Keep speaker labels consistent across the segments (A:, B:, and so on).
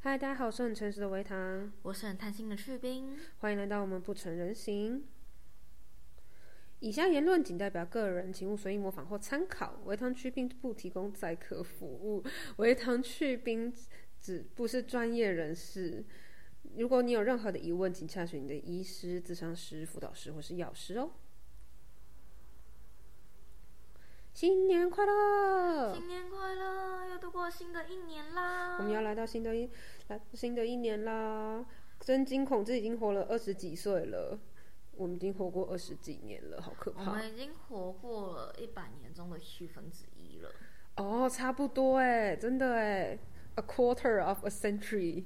A: 嗨，大家好，我是很诚实的维糖，
B: 我是很贪心的去冰。
A: 欢迎来到我们不成人形。以下言论仅代表个人，请勿随意模仿或参考。维糖去冰不提供载客服务，维糖去冰只不是专业人士。如果你有任何的疑问，请洽询你的医师、咨商师、辅导师或是药师哦。新年快乐！
B: 新年快乐，又度过新的一年啦！
A: 呃我们要来到新的一来新的一年啦！真惊恐，这已经活了二十几岁了，我们已经活过二十几年了，好可
B: 我
A: 怕
B: 们已经活过了一百年中的十分之一了。
A: 哦！差不多哎，真的哎，a quarter of a century，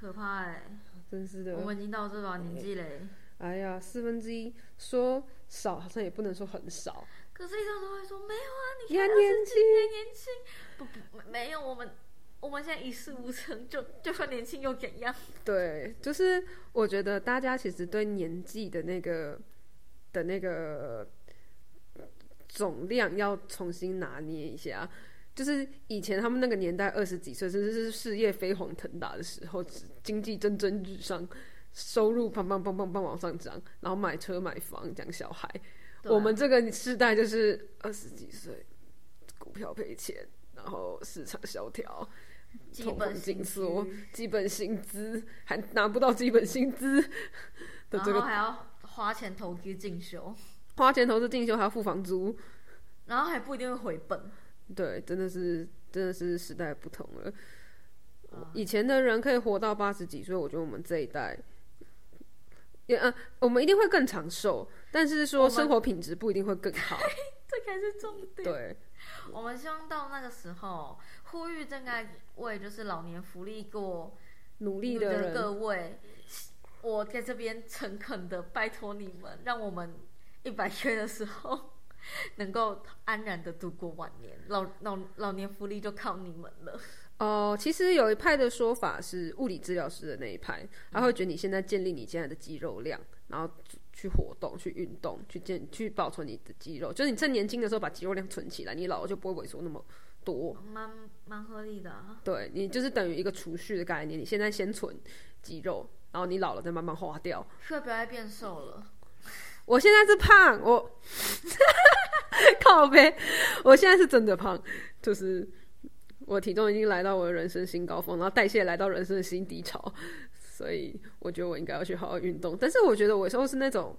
B: 可怕哎、
A: 真是的
B: 我，们已经到这把年纪嘞。
A: 哎呀，四分之一说少好像也不能说很少，
B: 可是医生都会说没有啊，你
A: 你还
B: 看
A: 年
B: 轻，还年轻。不不，没没有我们，我们现在一事无成就，就算年轻又怎样？
A: 对，就是我觉得大家其实对年纪的那个的那个总量要重新拿捏一下。就是以前他们那个年代，二十几岁甚至是事业飞黄腾达的时候，经济蒸蒸日上，收入砰砰砰砰砰往上涨，然后买车买房养小孩。
B: 对啊
A: 我们这个世代就是二十几岁，股票赔钱，然后市场萧条，
B: 基
A: 通膨
B: 本薪
A: 紧
B: 资
A: 缩，基本薪资还拿不到基本薪资的
B: 然
A: 这
B: 后
A: 个
B: 还要花钱投资进修，
A: 花钱投资进修还要付房租，
B: 然后还不一定会回本。
A: 对，真的是真的是时代不同了。
B: 啊
A: 以前的人可以活到八十几岁，我觉得我们这一代。也呃，我们一定会更长寿，但是
B: 我
A: 说
B: 们
A: 生活品质不一定会更 好。
B: 这才是重点。
A: 对，
B: 我们希望到那个时候，呼吁正在为就是老年福利过
A: 努力的
B: 的
A: 人，
B: 各位，我在这边诚恳的拜托你们，让我们一百岁的时候 能够安然的度过晚年，老老老年福利就靠你们了。
A: 哦、其实有一派的说法是物理治疗师的那一派，他会觉得你现在建立你现在的肌肉量，然后去活动、去运动、去健、去保存你的肌肉，就是你趁年轻的时候把肌肉量存起来，你老了就不会萎缩那么多。
B: 蛮蛮合理的、啊，
A: 对你就是等于一个储蓄的概念，你现在先存肌肉，然后你老了再慢慢花掉。
B: 所以不要再变瘦了。
A: 我现在是胖，我 靠呗，我现在是真的胖，就是我体重已经来到我的人生新高峰，然后代谢来到人生的新低潮，所以我觉得我应该要去好好运动。但是我觉得我有时候是那种，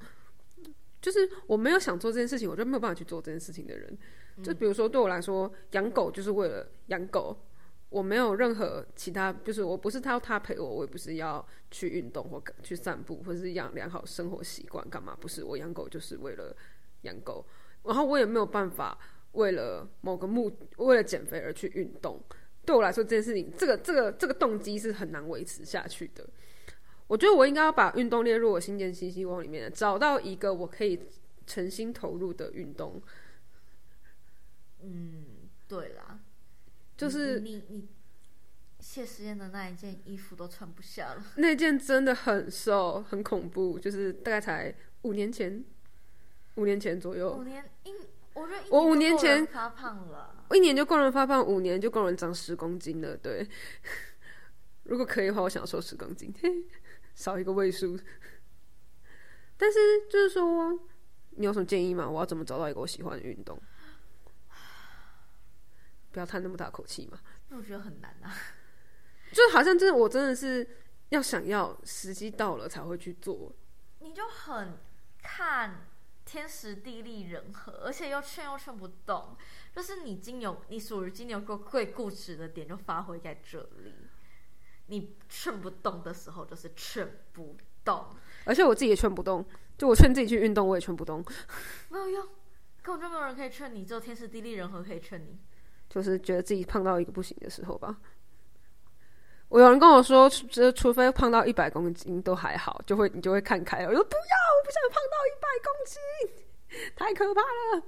A: 就是我没有想做这件事情，我就没有办法去做这件事情的人。就比如说对我来说，养狗就是为了养狗。我没有任何其他，就是我不是他要他陪我，我也不是要去运动或去散步，或是养良好生活习惯干嘛？不是，我养狗就是为了养狗，然后我也没有办法为了某个目为了减肥而去运动。对我来说，这件事情，这个这个这个动机是很难维持下去的。我觉得我应该要把运动列入我新年新希望里面，找到一个我可以诚心投入的运动，
B: 嗯，对啦，
A: 就是
B: 你你你谢师宴的那一件衣服都穿不下了。
A: 那件真的很瘦，很恐怖，就是大概才五年前，五年前左右
B: 五，年一，我觉得一
A: 哦我五
B: 就
A: 年
B: 够人
A: 前
B: 发胖了。啊
A: 一年就够人发胖，五年就够人长十公斤了。对， 如果可以的话，我想瘦十公斤，嘿， 少一个位数。但是就是说，你有什么建议吗？我要怎么找到一个我喜欢的运动？不要叹那么大口气嘛。
B: 那我觉得很难啊。
A: 就好像真的，我真的是要想要时机到了才会去做。
B: 你就很看天时地利人和，而且又劝又劝不动，就是你金牛，你属于金牛座最固执的点就发挥在这里。你劝不动的时候，就是劝不动，
A: 而且我自己也劝不动，就我劝自己去运动，我也劝不动，
B: 没有用，根本就没有人可以劝你，只有天时地利人和可以劝你。
A: 就是觉得自己胖到一个不行的时候吧。我有人跟我说，除除除非胖到一百公斤都还好，就会你就会看开了。我说不要，我不想胖到一百公斤， 太可怕了。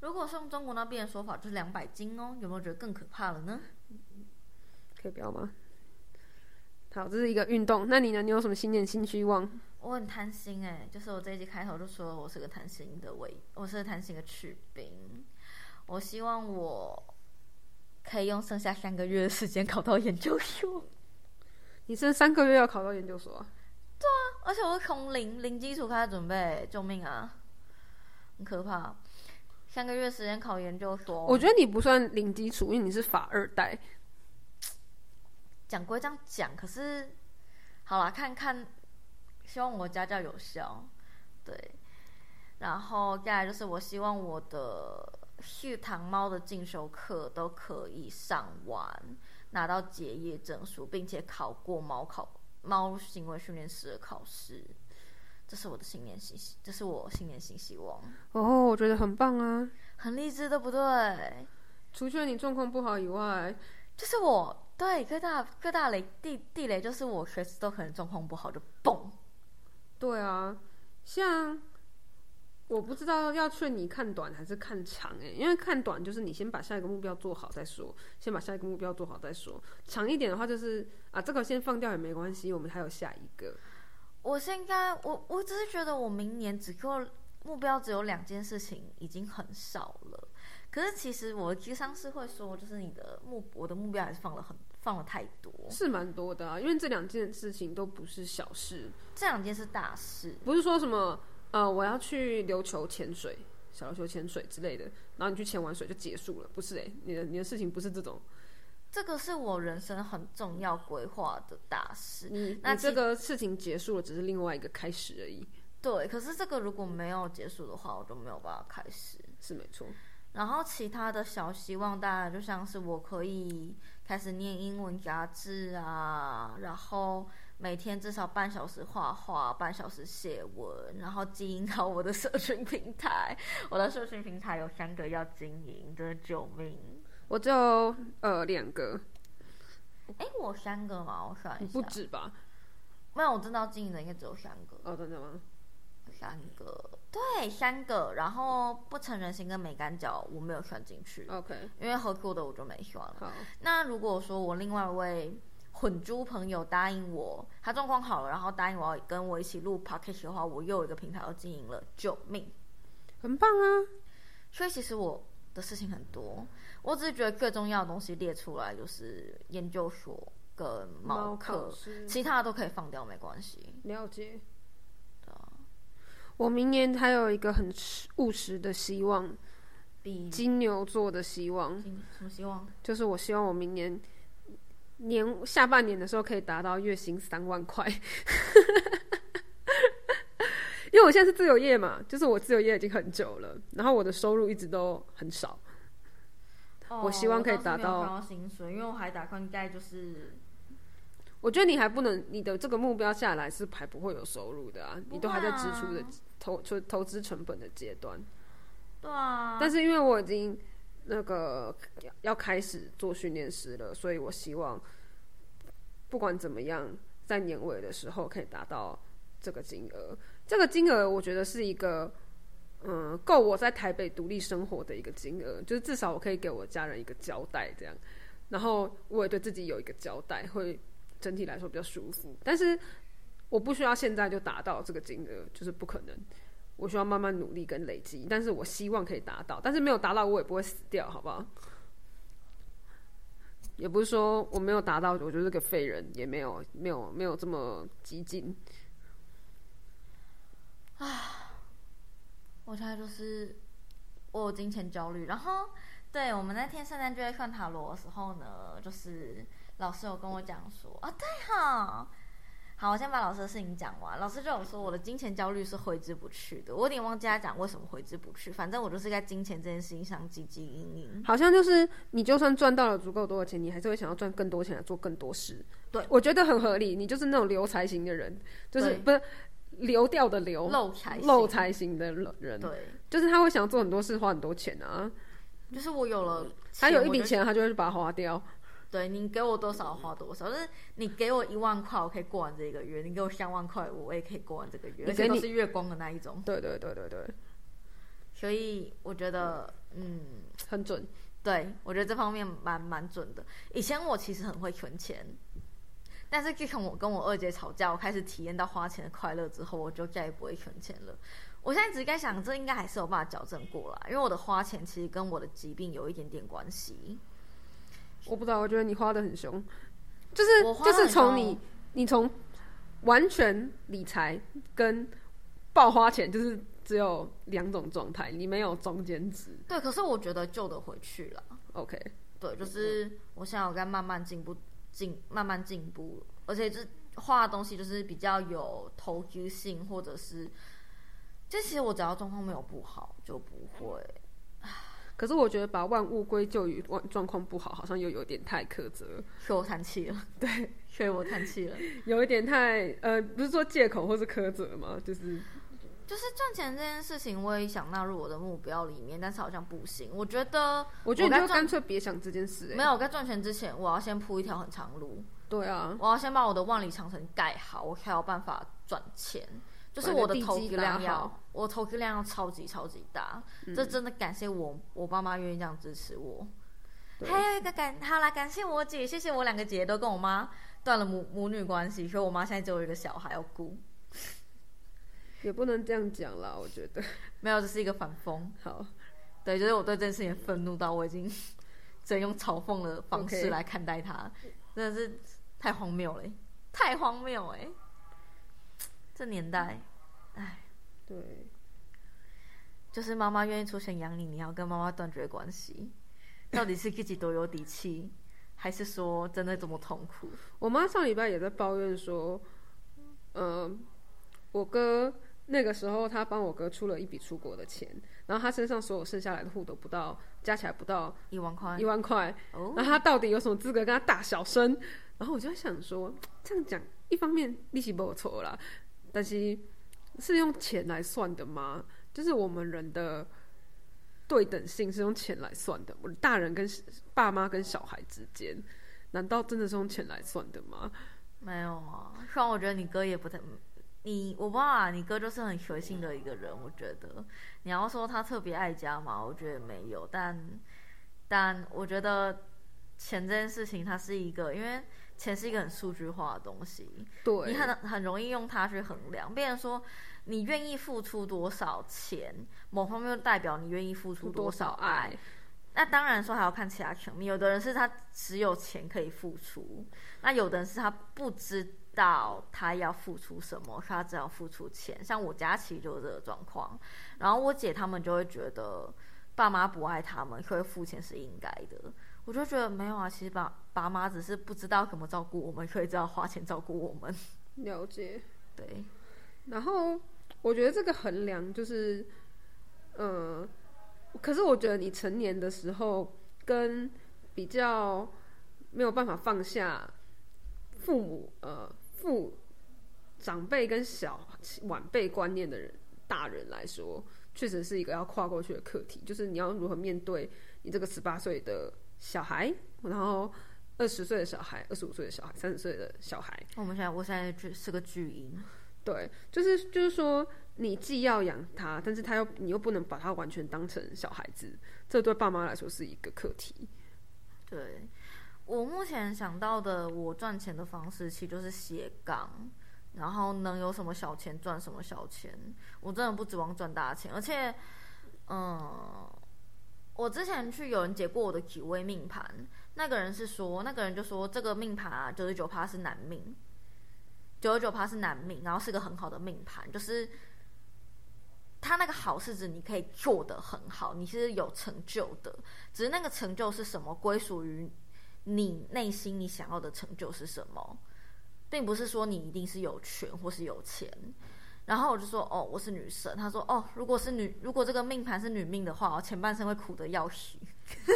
B: 如果是用中国那边的说法，就是两百斤哦，有没有觉得更可怕了呢？
A: 可以不要吗？好，这是一个运动。那你呢？你有什么新年新希望？
B: 我很贪心哎、就是我这一集开头就说我是个贪心的伪，我是个贪心的去兵。我希望我可以用剩下三个月的时间考到研究所。
A: 你这三个月要考到研究所啊？
B: 而且我是从零零基础开始准备，救命啊！很可怕，三个月时间考研究所。
A: 我觉得你不算零基础，因为你是法二代。
B: 讲归这样讲，可是好啦，看看，希望我家教有效，对。然后再来就是，我希望我的续糖猫的进修课都可以上完，拿到结业证书，并且考过猫考猫行为训练师的考试。这是我的新年新希，这是我新年新希望，
A: 哦，我觉得很棒啊！
B: 很励志，对不对？
A: 除去你状况不好以外，
B: 就是我对各大各大雷地地雷，就是我随时都可能状况不好就蹦。
A: 对啊，像我不知道要劝你看短还是看长诶、因为看短就是你先把下一个目标做好再说，先把下一个目标做好再说。长一点的话就是啊，这个先放掉也没关系，我们还有下一个。
B: 我现在我我只是觉得我明年只够目标只有两件事情，已经很少了。可是其实我的智商是会说，就是你的目我的目标还是放了很放了太多，
A: 是蛮多的啊，因为这两件事情都不是小事，
B: 这两件是大事。
A: 不是说什么呃我要去琉球潜水、小琉球潜水之类的，然后你去潜完水就结束了，不是诶、欸你的你的事情不是这种，
B: 这个是我人生很重要规划的大事。
A: 你
B: 嗯那
A: 你这
B: 其
A: 个事情结束了，只是另外一个开始而已，
B: 对，可是这个如果没有结束的话，我就没有办法开始。
A: 是没错。
B: 然后其他的小希望，当然就像是我可以开始念英文杂志啊，然后每天至少半小时画画，半小时写文，然后经营好我的社群平台。我的社群平台有三个要经营，真的救命！
A: 我只有呃两个，
B: 哎，我三个吗？我算一下，
A: 不止吧？
B: 没有，我真的要经营的应该只有三个，
A: 哦，真的吗？
B: 三个，对，三个。然后不成人形跟美干角我没有算进去，
A: OK，
B: 因为合作的我就没算了。
A: 好，
B: 那如果说我另外一位混猪朋友答应我，他状况好了，然后答应我要跟我一起录 podcast 的话，我又有一个平台要经营了，救命！
A: 很棒啊！
B: 所以其实我的事情很多，我只是觉得最重要的东西列出来就是研究所跟猫
A: 考
B: 课，
A: 试
B: 其他的都可以放掉，没关系。
A: 了解。
B: 对啊
A: 我明年还有一个很实务实的希望，
B: 嗯比
A: 金牛座的希望，
B: 金什么希望？
A: 就是我希望我明年年下半年的时候可以达到月薪三万块， 因为我现在是自由业嘛，就是我自由业已经很久了，然后我的收入一直都很少，我希望可以达到
B: 哦我倒是没有看薪水，因为我还打算盖就是
A: 我觉得你还不能，你的这个目标下来是还不会有收入的啊，你都还在支出的
B: 不会啊
A: 投投投资成本的阶段。
B: 对啊，
A: 但是因为我已经那个要要开始做训练师了，所以我希望不管怎么样，在年尾的时候可以达到这个金额。这个金额我觉得是一个。嗯，够我在台北独立生活的一个金额，就是至少我可以给我家人一个交代，这样，然后我也对自己有一个交代，会整体来说比较舒服。但是我不需要现在就达到这个金额，就是不可能。我需要慢慢努力跟累积，但是我希望可以达到，但是没有达到我也不会死掉，好不好？也不是说我没有达到，我就是个废人，也没有没有没有这么激进。
B: 我现在就是我有金钱焦虑，然后对我们那天圣诞就会算塔罗的时候呢，就是老师有跟我讲说啊，对哈，好，我先把老师的事情讲完。老师就有说我的金钱焦虑是挥之不去的，我有点忘记他讲为什么挥之不去，反正我就是在金钱这件事情上汲汲营营。
A: 好像就是你就算赚到了足够多的钱，你还是会想要赚更多钱来做更多事。
B: 对
A: 我觉得很合理。你就是那种留财型的人，就是
B: 对
A: 不是流掉的流，
B: 漏财，
A: 哦漏，财型的人，
B: 对，
A: 就是他会想做很多事，花很多钱啊。
B: 就是我有了，
A: 他有一笔
B: 我就，
A: 钱，他就会把它花掉。
B: 对你给我多少花多少，就是你给我一万块，我可以过完这个月；你给我三万块，我也可以过完这个
A: 你
B: 月，而且
A: 给
B: 都
A: 你
B: 是月光的那一种。
A: 对对对对对，
B: 所以我觉得，嗯，
A: 很准。
B: 对我觉得这方面蛮蛮准的。以前我其实很会存钱，但是自从我跟我二姐吵架，我开始体验到花钱的快乐之后，我就再也不会存钱了。我现在只是在想，这应该还是有办法矫正过来，因为我的花钱其实跟我的疾病有一点点关系。
A: 我不知道，我觉得你花的很凶，就是
B: 我花
A: 就
B: 得
A: 是
B: 很
A: 从
B: 凶
A: 你你从完全理财跟暴花钱，就是只有两种状态，你没有中间值。
B: 对，可是我觉得救得回去了。
A: OK，
B: 对，就是我现在有在慢慢进步，进慢慢进步，而且就是画的东西就是比较有投机性，或者是，这其实我只要状况没有不好就不会。
A: 可是我觉得把万物归咎于万状况不好，好像又有点太苛责，
B: 学我叹气了，对，学我叹气了，
A: 有一点太呃，不是说借口或是苛责吗？就是
B: 就是赚钱这件事情，我也想纳入我的目标里面，但是好像不行。我觉得，
A: 我觉得你
B: 该
A: 就
B: 赚
A: 干脆别想这件事、欸。
B: 没有，我在赚钱之前，我要先铺一条很长路，
A: 对啊，
B: 我要先把我的万里长城盖好，我才有办法赚钱。就是
A: 把
B: 我
A: 你的地
B: 的投
A: 基
B: 资
A: 打
B: 量要
A: 好，嗯
B: 我投资量要超级超级大，这真的感谢我我爸妈愿意这样支持我。
A: 对
B: 还有一个感，好啦，感谢我姐，谢谢我两个姐都跟我妈断了母母女关系，所以我妈现在只有一个小孩要顾。
A: 也不能这样讲啦，我觉得。
B: 没有，这是一个反讽。
A: 好，
B: 对，就是我对这件事情愤怒到我已经 只能用嘲讽的方式
A: OK
B: 来看待它真的是太荒谬了欸，太荒谬哎！这年代，哎，
A: 对，
B: 就是妈妈愿意出钱养你，你要跟妈妈断绝关系，到底是自己多有底气，还是说真的这么痛苦？
A: 我妈上礼拜也在抱怨说，呃，我哥那个时候他帮我哥出了一笔出国的钱，然后他身上所有剩下来的户都不到，加起来不到
B: 一万块
A: 一万块，
B: 哦，
A: 然后他到底有什么资格跟他大小声？然后我就在想说，这样讲，一方面利息没有错啦，但是是用钱来算的吗？就是我们人的对等性是用钱来算的，我大人跟爸妈跟小孩之间，难道真的是用钱来算的吗？
B: 没有啊。虽然我觉得你哥也不太，你我不知道啊，你哥就是很随性的一个人。我觉得你要说他特别爱家嘛，我觉得没有，但但我觉得钱这件事情，它是一个，因为钱是一个很数据化的东西，
A: 对
B: 你，很很容易用它去衡量。变成说，你愿意付出多少钱，某方面就代表你愿意付出多少爱。？那当然说还要看其他层面，有的人是他只有钱可以付出，那有的人是他不知道他要付出什么，他只要付出钱。像我家其实就是这个状况，然后我姐他们就会觉得爸妈不爱他们，所以付钱是应该的。我就觉得没有啊，其实爸爸妈只是不知道怎么照顾我们，所以只好花钱照顾我们。
A: 了解。
B: 对，
A: 然后我觉得这个衡量就是，呃，可是我觉得你成年的时候跟比较没有办法放下父母呃父长辈跟小晚辈观念的人大人来说，确实是一个要跨过去的课题，就是你要如何面对你这个十八岁的小孩，然后二十岁的小孩、二十五岁的小孩、三十岁的小孩，
B: 我们现在我现在是是个巨婴，
A: 对，就是就是说，你既要养他，但是他又你又不能把他完全当成小孩子，这对爸妈来说是一个课题。
B: 对我目前想到的，我赚钱的方式其实就是斜杠，然后能有什么小钱赚什么小钱。我真的不指望赚大钱，而且，嗯，我之前去有人解过我的几位命盘，那个人是说，那个人就说这个命盘啊，九十九趴是男命，九十九趴是男命，然后是个很好的命盘，就是。他那个好是指你可以做得很好，你是有成就的，只是那个成就是什么归属于你内心你想要的成就是什么，并不是说你一定是有权或是有钱。然后我就说哦，我是女生。他说哦，如果是女，如果这个命盘是女命的话，我哦前半生会苦的要死，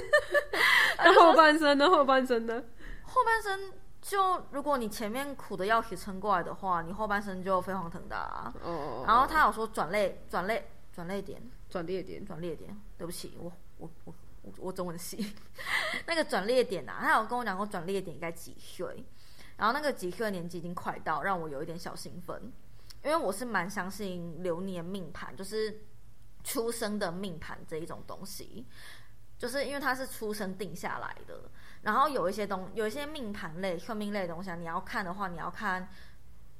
A: 那后半生呢？后半生呢？
B: 后半生就如果你前面苦的要死撑过来的话，你后半生就飞黄腾达啊、
A: 哦，
B: 然后他有说转类转类转类点，
A: 转捩点，
B: 转列点，对不起，我我我我我中文系 那个转列点啊，他有跟我讲过转列点该几岁，然后那个几岁的年纪已经快到，让我有一点小兴奋，因为我是蛮相信流年命盘，就是出生的命盘这一种东西，就是因为它是出生定下来的，然后有一些东有一些命盘类、算命类的东西啊，你要看的话，你要看。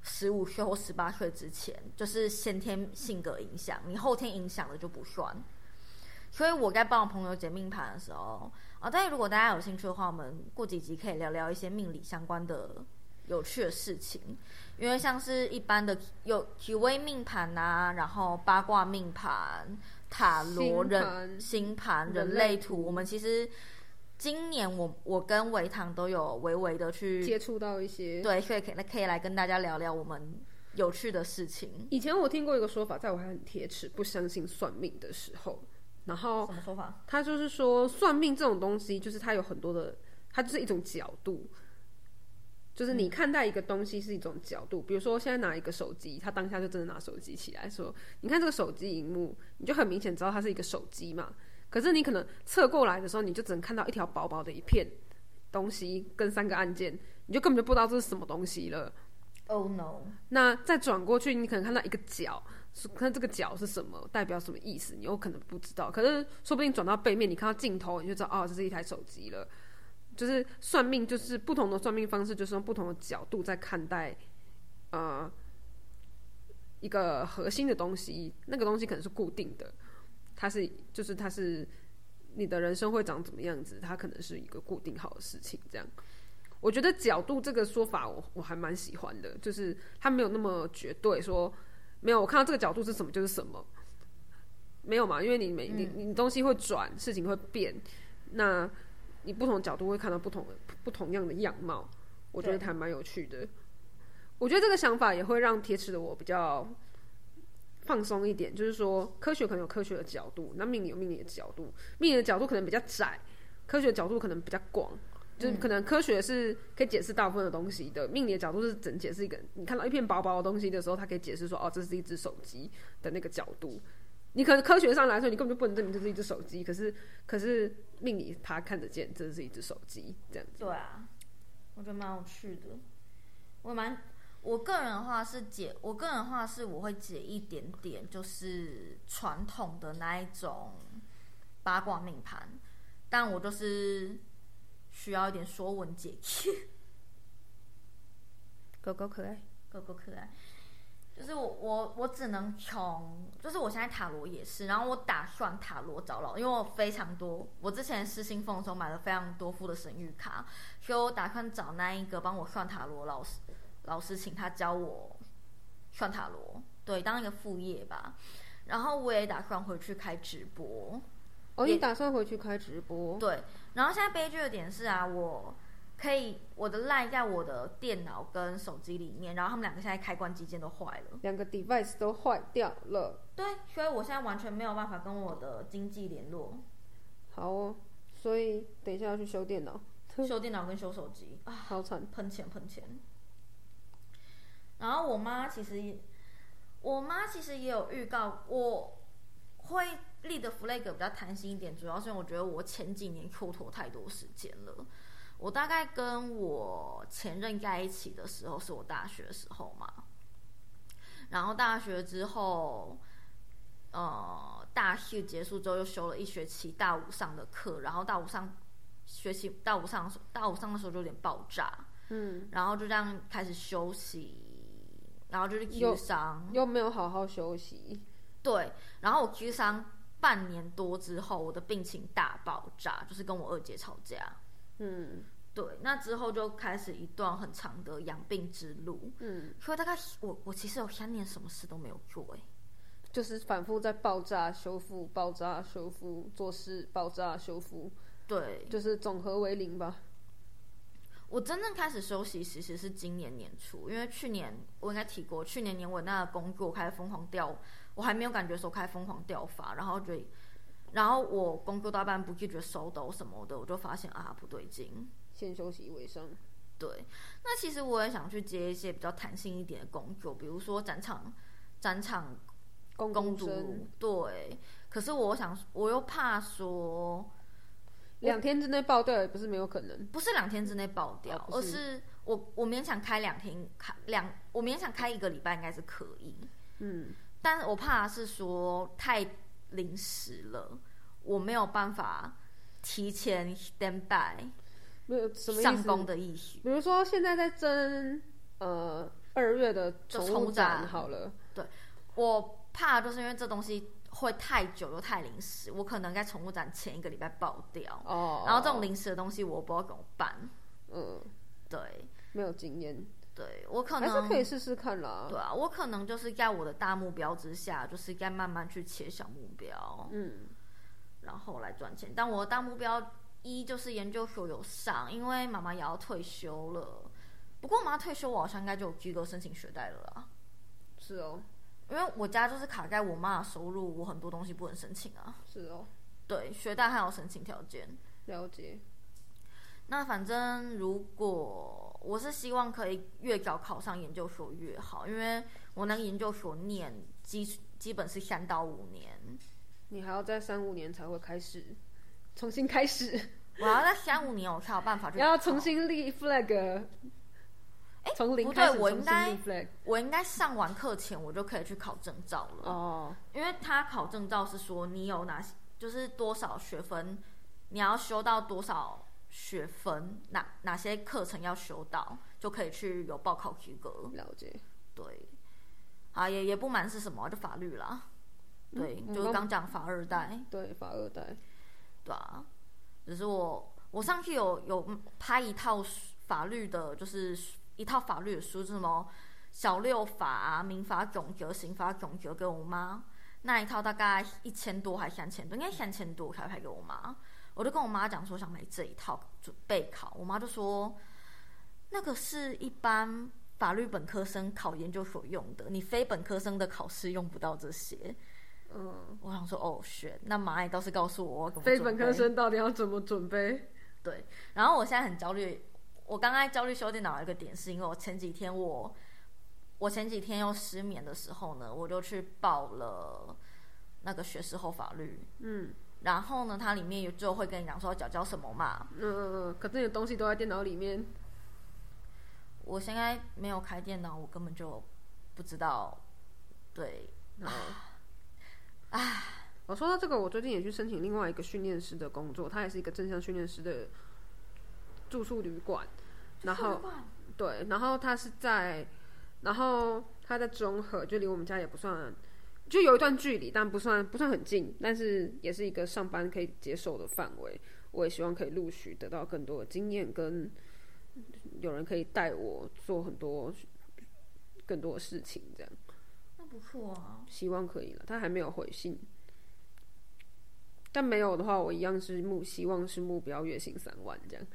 B: 十五岁或十八岁之前，就是先天性格影响，你后天影响的就不算。所以我在帮我朋友解命盘的时候啊，但是如果大家有兴趣的话，我们过几集可以聊聊一些命理相关的有趣的事情，因为像是一般的有紫微命盘啊，然后八卦命盘、塔罗
A: 星
B: 人
A: 盘
B: 星盘、人
A: 人
B: 类
A: 类
B: 图，我们其实今年我我跟维唐都有微微的去
A: 接触到一些。
B: 对，所以可以可以来跟大家聊聊我们有趣的事情。
A: 以前我听过一个说法，在我还很铁齿不相信算命的时候，然后
B: 什么说法？
A: 他就是说，算命这种东西，就是它有很多的，它就是一种角度，就是你看待一个东西是一种角度。比如说，现在拿一个手机，他当下就真的拿手机起来说：“你看这个手机荧幕，你就很明显知道它是一个手机嘛。”可是你可能侧过来的时候，你就只能看到一条薄薄的一片东西跟三个按键，你就根本就不知道这是什么东西了。
B: Oh no！
A: 那再转过去，你可能看到一个角，是看这个角是什么，代表什么意思，你有可能不知道。可是说不定转到背面，你看到镜头，你就知道哦，这是一台手机了。就是算命，就是不同的算命方式，就是用不同的角度在看待，呃，一个核心的东西。那个东西可能是固定的，它是就是它是你的人生会长怎么样子，它可能是一个固定好的事情。这样，我觉得角度这个说法我，我还蛮喜欢的，就是它没有那么绝对说，没有我看到这个角度是什么就是什么，没有嘛？因为你每你你东西会转，事情会变，那你不同角度会看到不同的不同样的样貌，我觉得
B: 对
A: 还蛮有趣的。我觉得这个想法也会让铁齿的我比较放松一点，就是说科学可能有科学的角度，那命理有命理的角度，命理的角度可能比较窄，科学的角度可能比较广。就是可能科学是可以解释大部分的东西的，命理的角度是整解释一个，你看到一片薄薄的东西的时候，它可以解释说，哦，这是一只手机的那个角度。你可能科学上来说，你根本就不能证明这是一只手机，可是可是命理它看得见这是一只手机，这样
B: 对啊，我觉得蛮有趣的。我蛮，我个人的话是解，我个人的话是我会解一点点，就是传统的那一种八卦命盘，但我就是需要一点说文解字。
A: 狗狗可爱。
B: 够够可爱。就是我我我只能从，就是我现在塔罗也是，然后我打算塔罗找老，因为我非常多，我之前失心疯的时候买了非常多副的神谕卡，所以我打算找那一个帮我算塔罗老师，老师请他教我算塔罗，对，当一个副业吧。然后我也打算回去开直播，
A: 哦，
B: 也
A: 你打算回去开直播？
B: 对，然后现在悲剧的点是啊，我可以我的 line 在我的电脑跟手机里面，然后他们两个现在开关机键都坏了。
A: 两个 device 都坏掉了。
B: 对，所以我现在完全没有办法跟我的经纪联络，
A: 好哦，所以等一下要去修电脑，
B: 修电脑跟修手机啊，
A: 好惨。
B: 喷钱喷钱。然后我妈其实也，我妈其实也有预告，我会立的 flag 比较弹性一点，主要是因为我觉得我前几年蹉跎太多时间了。我大概跟我前任在一起的时候是我大学的时候嘛，然后大学之后，呃，大四结束之后又修了一学期大五上的课，然后大五上学期大五上的时候大五上的时候就有点爆炸，
A: 嗯，
B: 然后就这样开始休息，然后就是 Q
A: 有
B: 伤，
A: 又没有好好休息。
B: 对，然后我 Q 伤半年多之后，我的病情大爆炸，就是跟我二姐吵架，
A: 嗯
B: 对，那之后就开始一段很长的养病之路，
A: 嗯，
B: 所以大概我我其实有三年什么事都没有做、欸，
A: 就是反复在爆炸、修复、爆炸、修复、做事、爆炸、修复，
B: 对
A: 就是总和为零吧。
B: 我真正开始休息其实是今年年初，因为去年我应该提过，去年年尾那个工作我开始疯狂掉，我还没有感觉的时候开始疯狂掉发，然后就，然后我工作到一半不自觉手抖什么的，我就发现啊不对劲。
A: 先休息为上。
B: 对，那其实我也想去接一些比较弹性一点的工作，比如说展场、展场
A: 公
B: 公
A: 主
B: 主，对。可是我想，我又怕说，
A: 两天之内爆掉也不是没有可能。
B: 不是两天之内爆掉，
A: 哦
B: 而
A: 不是
B: 是我我勉强开两天，开两我勉强开一个礼拜应该是可以，
A: 嗯，
B: 但是我怕是说太临时了，我没有办法提前 stand by
A: 没有什么意
B: 上工
A: 思。
B: 的意思。
A: 比如说现在在争呃二月的
B: 就
A: 宠
B: 宠
A: 物
B: 展
A: 展好了，
B: 我怕就是因为这东西会太久又太临时，我可能在宠物展前一个礼拜爆掉，
A: 哦，
B: 然后这种临时的东西我不知道怎么办。
A: 嗯
B: 对，
A: 没有经验，
B: 对我可
A: 还是
B: 能
A: 可以试试看啦。
B: 对啊，我可能就是在我的大目标之下，就是该慢慢去切小目标，
A: 嗯，
B: 然后来赚钱。但我的大目标一就是研究所有上，因为妈妈也要退休了。不过我妈退休，我好像应该就有机构申请学贷了啦。
A: 是哦，
B: 因为我家就是卡在我妈的收入，我很多东西不能申请啊。
A: 是哦，
B: 对，学贷还有申请条件。
A: 了解。
B: 那反正如果我是希望可以越早考上研究所越好，因为我那个研究所念基基本是三到五年，
A: 你还要再三五年才会开始重新开始，
B: 我要在三五年我才有办法去
A: 要
B: 考
A: 重。新立 flag。哎，从零
B: 不
A: 开
B: 对
A: 始
B: 我
A: 重
B: 应
A: 新
B: 该
A: 立 flag。
B: 我应该上完课前我就可以去考证照了，
A: 哦，
B: 因为他考证照是说你有哪些，就是多少学分，你要修到多少学分，哪哪些课程要修到，就可以去有报考资格。
A: 哦了解。
B: 对，啊，也也不瞒是什么，就法律啦。对，
A: 嗯
B: 就
A: 刚
B: 是刚讲法二代，
A: 对，法二代。
B: 对啊。只是我我上次有有拍一套书法律的，就是一套法律的书，是什么小六法、啊、民法总则、刑法总则给我妈那一套，大概一千多还三千多，应该三千多才拍给我妈。我就跟我妈讲说想买这一套准备考，我妈就说那个是一般法律本科生考研究所用的，你非本科生的考试用不到这些。
A: 嗯，
B: 我想说哦，选那妈也倒是告诉我我怎么
A: 非
B: 准
A: 本科
B: 备
A: 生到底要怎么准备？
B: 对，然后我现在很焦虑。我刚刚焦虑修电脑的一个点，是因为我前几天我我前几天又失眠的时候呢，我就去报了那个学士后法律，
A: 嗯
B: 然后呢，它里面有就会跟你讲说要缴交什么嘛。
A: 嗯嗯嗯，可是你的东西都在电脑里面。
B: 我现在没有开电脑，我根本就不知道。对，
A: 我说到这个，我最近也去申请另外一个训练师的工作，他也是一个正向训练师的住宿旅馆，然后对，然后他是在，然后他在中和，就离我们家也不算，就有一段距离，但不算不算很近，但是也是一个上班可以接受的范围。我也希望可以陆续得到更多的经验，跟有人可以带我做很多更多的事情，这样
B: 那不错啊。
A: 希望可以了。他还没有回信，但没有的话，我一样是目希望是目标月薪三万这样。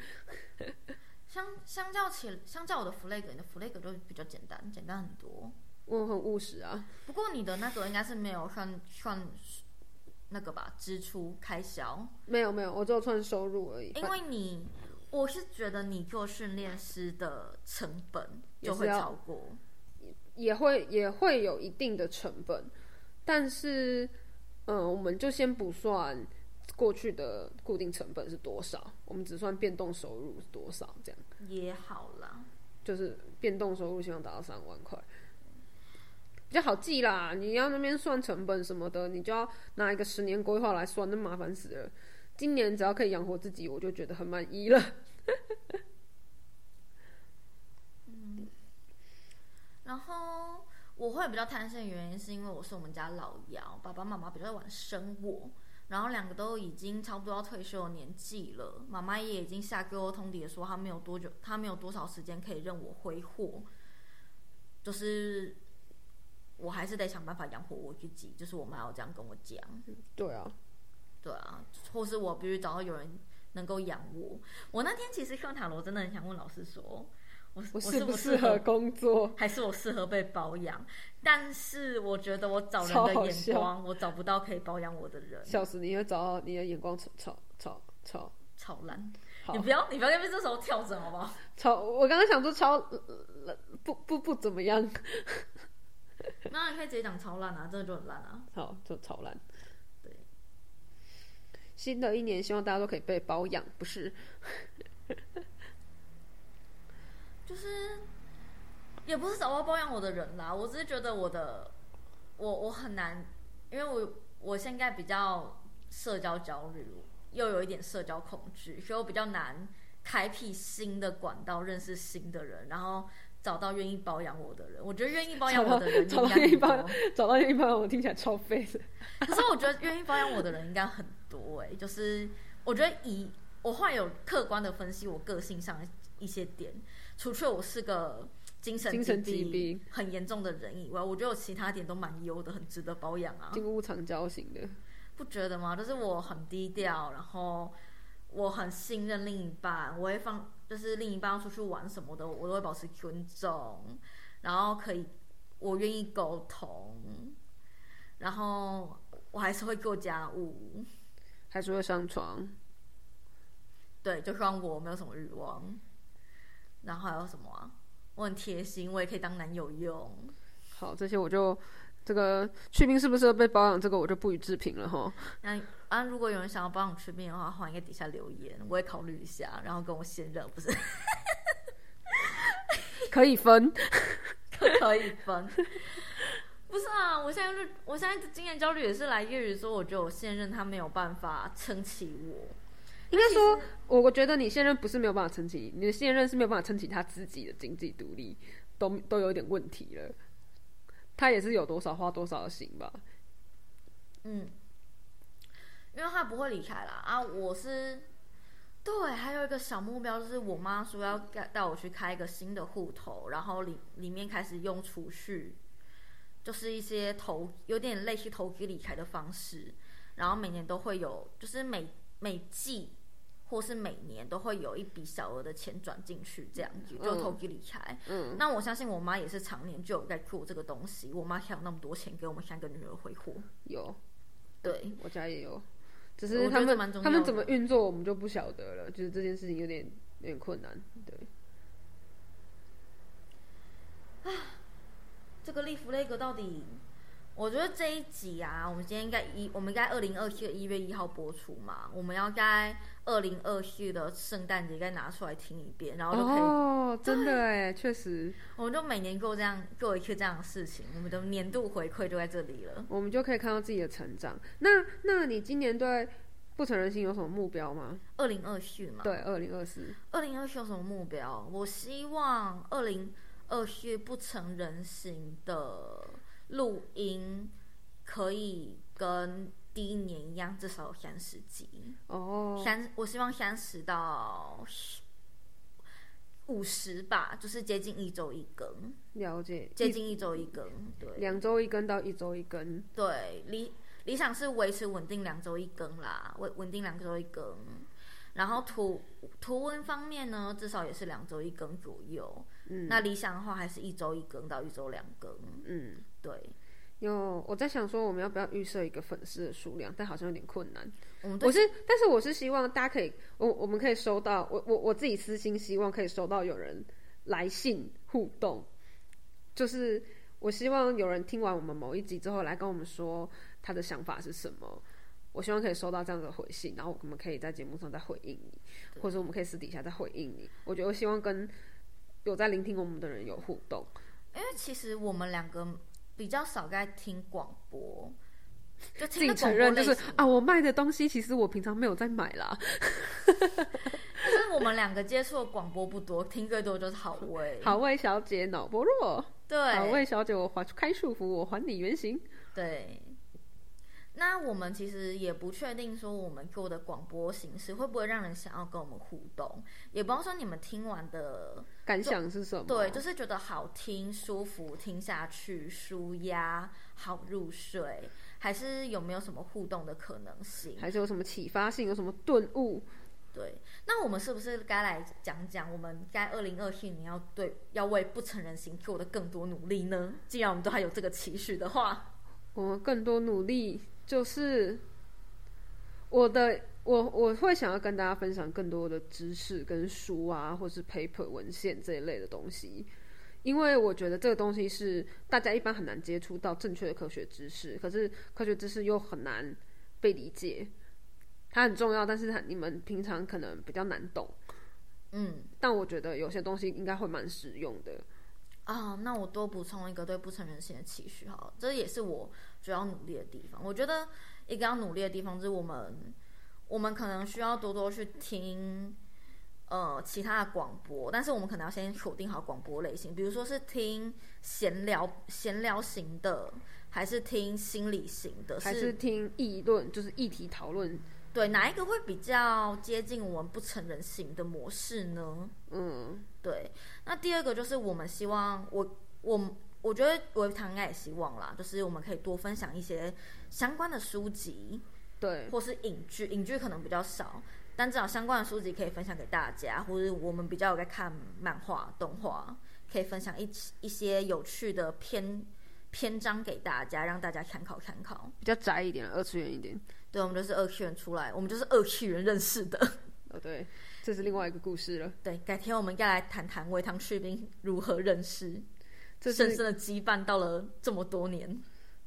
B: 相相较起相较我的 flag，你的 flag 就比较简单，简单很多。
A: 我很务实啊，
B: 不过你的那个应该是没有算算那个吧，支出开销，
A: 没有没有，我只有算收入而已。
B: 因为你我是觉得你做训练师的成本
A: 也
B: 就是会
A: 要
B: 超过，
A: 也会也会有一定的成本，但是，嗯，我们就先不算过去的固定成本是多少，我们只算变动收入是多少，这样
B: 也好啦。
A: 就是变动收入希望达到三万块，比较好记啦。你要那边算成本什么的，你就要拿一个十年规划来算，那麻烦死了。今年只要可以养活自己，我就觉得很满意了。
B: 然后我会比较贪心的原因，是因为我是我们家老幺，爸爸妈妈比较晚生我，然后两个都已经差不多要退休的年纪了，妈妈也已经下给我通牒说她没有多久，她没有多少时间可以任我挥霍，就是我还是得想办法养活我自己，就是我妈有这样跟我讲，
A: 对啊，
B: 对啊，或是我必须找到有人能够养我。我那天其实看塔罗真的很想问老师说，我
A: 我
B: 适
A: 适不
B: 适
A: 适合工作？
B: 还是我适合被包养，但是我觉得我找人
A: 超
B: 的
A: 好
B: 眼
A: 笑
B: 光，我找不到可以包养我的人，
A: 笑死！你会找到你的眼光超超超超
B: 超烂。
A: 好
B: 你不要，你不要在那边这时候跳着好不好？
A: 超，我刚刚想说超、呃呃不不不怎么样，
B: 那你可以直接讲超烂啊，真的就很烂啊。
A: 好就超烂。
B: 对，
A: 新的一年希望大家都可以被包养，不是？
B: 就是也不是找到包养我的人啦，我只是觉得我的我我很难，因为我我现在比较社交焦虑，又有一点社交恐惧，所以我比较难开辟新的管道认识新的人，然后找到愿意包养我的人。我觉得愿意包养我的 人
A: 找
B: 应
A: 到
B: 该
A: 愿意
B: 很
A: 包
B: 多，
A: 找到愿意包养我听起来超废的。
B: 可是我觉得愿意包养我的人应该很多哎、就是我觉得以我后来有客观的分析我个性上的一些点，除却我是个。精神
A: 精神疾
B: 疾
A: 病
B: 很严重的人以外，我觉得我其他点都蛮优的，很值得保养啊，
A: 金屋藏娇型的，
B: 不觉得吗？就是我很低调，然后我很信任另一半，我会放，就是另一半要出去玩什么的，我都会保持尊重，然后可以，我愿意沟通，然后我还是会做家务，
A: 还是会上床。
B: 对，就算我没有什么欲望，然后还有什么啊？我很贴心，我也可以当男友用。
A: 好，这些我就这个去冰适不适合被保养，这个我就不予置评了哈。
B: 那啊，如果有人想要帮我吃面的话，欢迎在底下留言，我会考虑一下，然后跟我现任不是
A: 可以分，
B: 可 可以分。不是啊，我现在就我现在的经验焦虑也是来源于说，我觉得我现任他没有办法撑起我。
A: 应该说，我我觉得你现任不是没有办法撑起，你的现任是没有办法撑起他自己的经济独立，都都有点问题了。他也是有多少花多少的心吧，
B: 嗯，因为他不会离开啦啊！我是对，还有一个小目标就是我妈说要带带我去开一个新的户头，然后里里面开始用储蓄，就是一些投有点类似投资理财的方式，然后每年都会有，就是每每季或是每年都会有一笔小额的钱转进去，这样子就
A: 嗯
B: 投资理财。
A: 嗯，
B: 那我相信我妈也是常年就有在做这个东西，我妈才有那么多钱给我们三个女儿挥霍。
A: 有，
B: 对，
A: 我家也有，只
B: 我
A: 是
B: 觉
A: 他
B: 得这
A: 们
B: 蛮重
A: 他们
B: 要
A: 怎么
B: 的
A: 运作我们就不晓得了，就是这件事情有点有点困难，对。
B: 这个利弗雷格到底，我觉得这一集啊，我们今天应该一，我们应该二零二四的一月一号播出嘛，我们要在二零二四的圣诞节再拿出来听一遍，然后就可以，
A: 哦，真的哎，确实，
B: 我们就每年做这样做一次这样的事情，我们的年度回馈就在这里了。
A: 我们就可以看到自己的成长。那那你今年对不成人性有什么目标吗？
B: 二零二四嘛，
A: 对，二零二四，
B: 二零二四有什么目标？我希望二零二四不成人形的录音可以跟第一年一样，至少有三十集。
A: 哦，
B: 三，我希望三十到五十吧，就是接近一周一更，
A: 了解，
B: 接
A: 一
B: 近一周一更。对
A: 两周一根到一周一根，
B: 对，理理想是维持稳定两周一更啦，稳稳定两周一更。然后图图文方面呢，至少也是两周一更左右。
A: 嗯
B: 那理想的话，还是一周一更到一周两更。
A: 嗯。
B: 对，
A: 有，我在想说我们要不要预设一个粉丝的数量，但好像有点困难。
B: 我哦们对
A: 我是，但是我是希望大家可以，我我们可以收到，我我我自己私心希望可以收到有人来信互动，就是我希望有人听完我们某一集之后来跟我们说他的想法是什么。我希望可以收到这样的回信，然后我们可以在节目上再回应你，或者我们可以私底下再回应你。我觉得我希望跟有在聆听我们的人有互动。
B: 因为其实我们两个比较少在听广播，就
A: 自己
B: 听的
A: 承
B: 广播
A: 认就
B: 类
A: 是
B: 型
A: 啊，我卖的东西其实我平常没有在买啦。
B: 就是我们两个接触的广播不多，听最多就是好味。，
A: 好味小姐脑薄弱。好
B: 对，
A: 魏小姐，我还开束缚，我还你原形。
B: 对。那我们其实也不确定说我们做的广播形式会不会让人想要跟我们互动，也不要说你们听完的，
A: 感想是什么？
B: 对，就是觉得好听、舒服，听下去舒压、好入睡，还是有没有什么互动的可能性？
A: 还是有什么启发性，有什么顿悟？
B: 对，那我们是不是该来讲讲我们该二零二四年要对要为不成人型做的更多努力呢？既然我们都还有这个期许的话，
A: 我们更多努力，就是我的，我我会想要跟大家分享更多的知识跟书啊，或是 paper 文献这一类的东西，因为我觉得这个东西是大家一般很难接触到正确的科学知识，可是科学知识又很难被理解，它很重要，但是它你们平常可能比较难懂。
B: 嗯，
A: 但我觉得有些东西应该会蛮实用的。
B: 啊、那我多补充一个对不成人型的期许好了，这也是我主要努力的地方。我觉得一个要努力的地方就是我们，我们可能需要多多去听，呃，其他的广播，但是我们可能要先锁定好广播类型，比如说是听闲聊闲聊型的，还是听心理型的，
A: 还是听议论，就是议题讨论
B: 对，哪一个会比较接近我们不成人型的模式呢？
A: 嗯
B: 对，那第二个就是我们希望我我我觉得我堂应该也希望啦，就是我们可以多分享一些相关的书籍
A: 对，
B: 或是影剧，影剧可能比较少，但至少相关的书籍可以分享给大家，或者我们比较有在看漫画、动画，可以分享一起一些有趣的篇篇章给大家，让大家参考参考。
A: 比较宅一点，二次元一点。
B: 对，我们就是二次元出来，我们就是二次元认识的。
A: 哦，对，这是另外一个故事了。
B: 对，改天我们再来谈谈维唐士兵如何认识。
A: 这
B: 深
A: 是
B: 深的羁绊到了这么多年。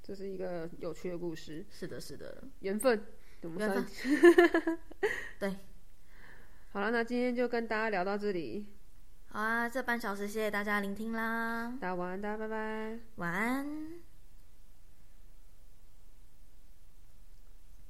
A: 这是一个有趣的故事，
B: 是的，是的，
A: 缘分。我们
B: 缘
A: 三
B: 分 对。
A: 好了，那今天就跟大家聊到这里，
B: 好啊，这半小时谢谢大家聆听啦，
A: 大家晚安，大家拜拜。
B: 晚安。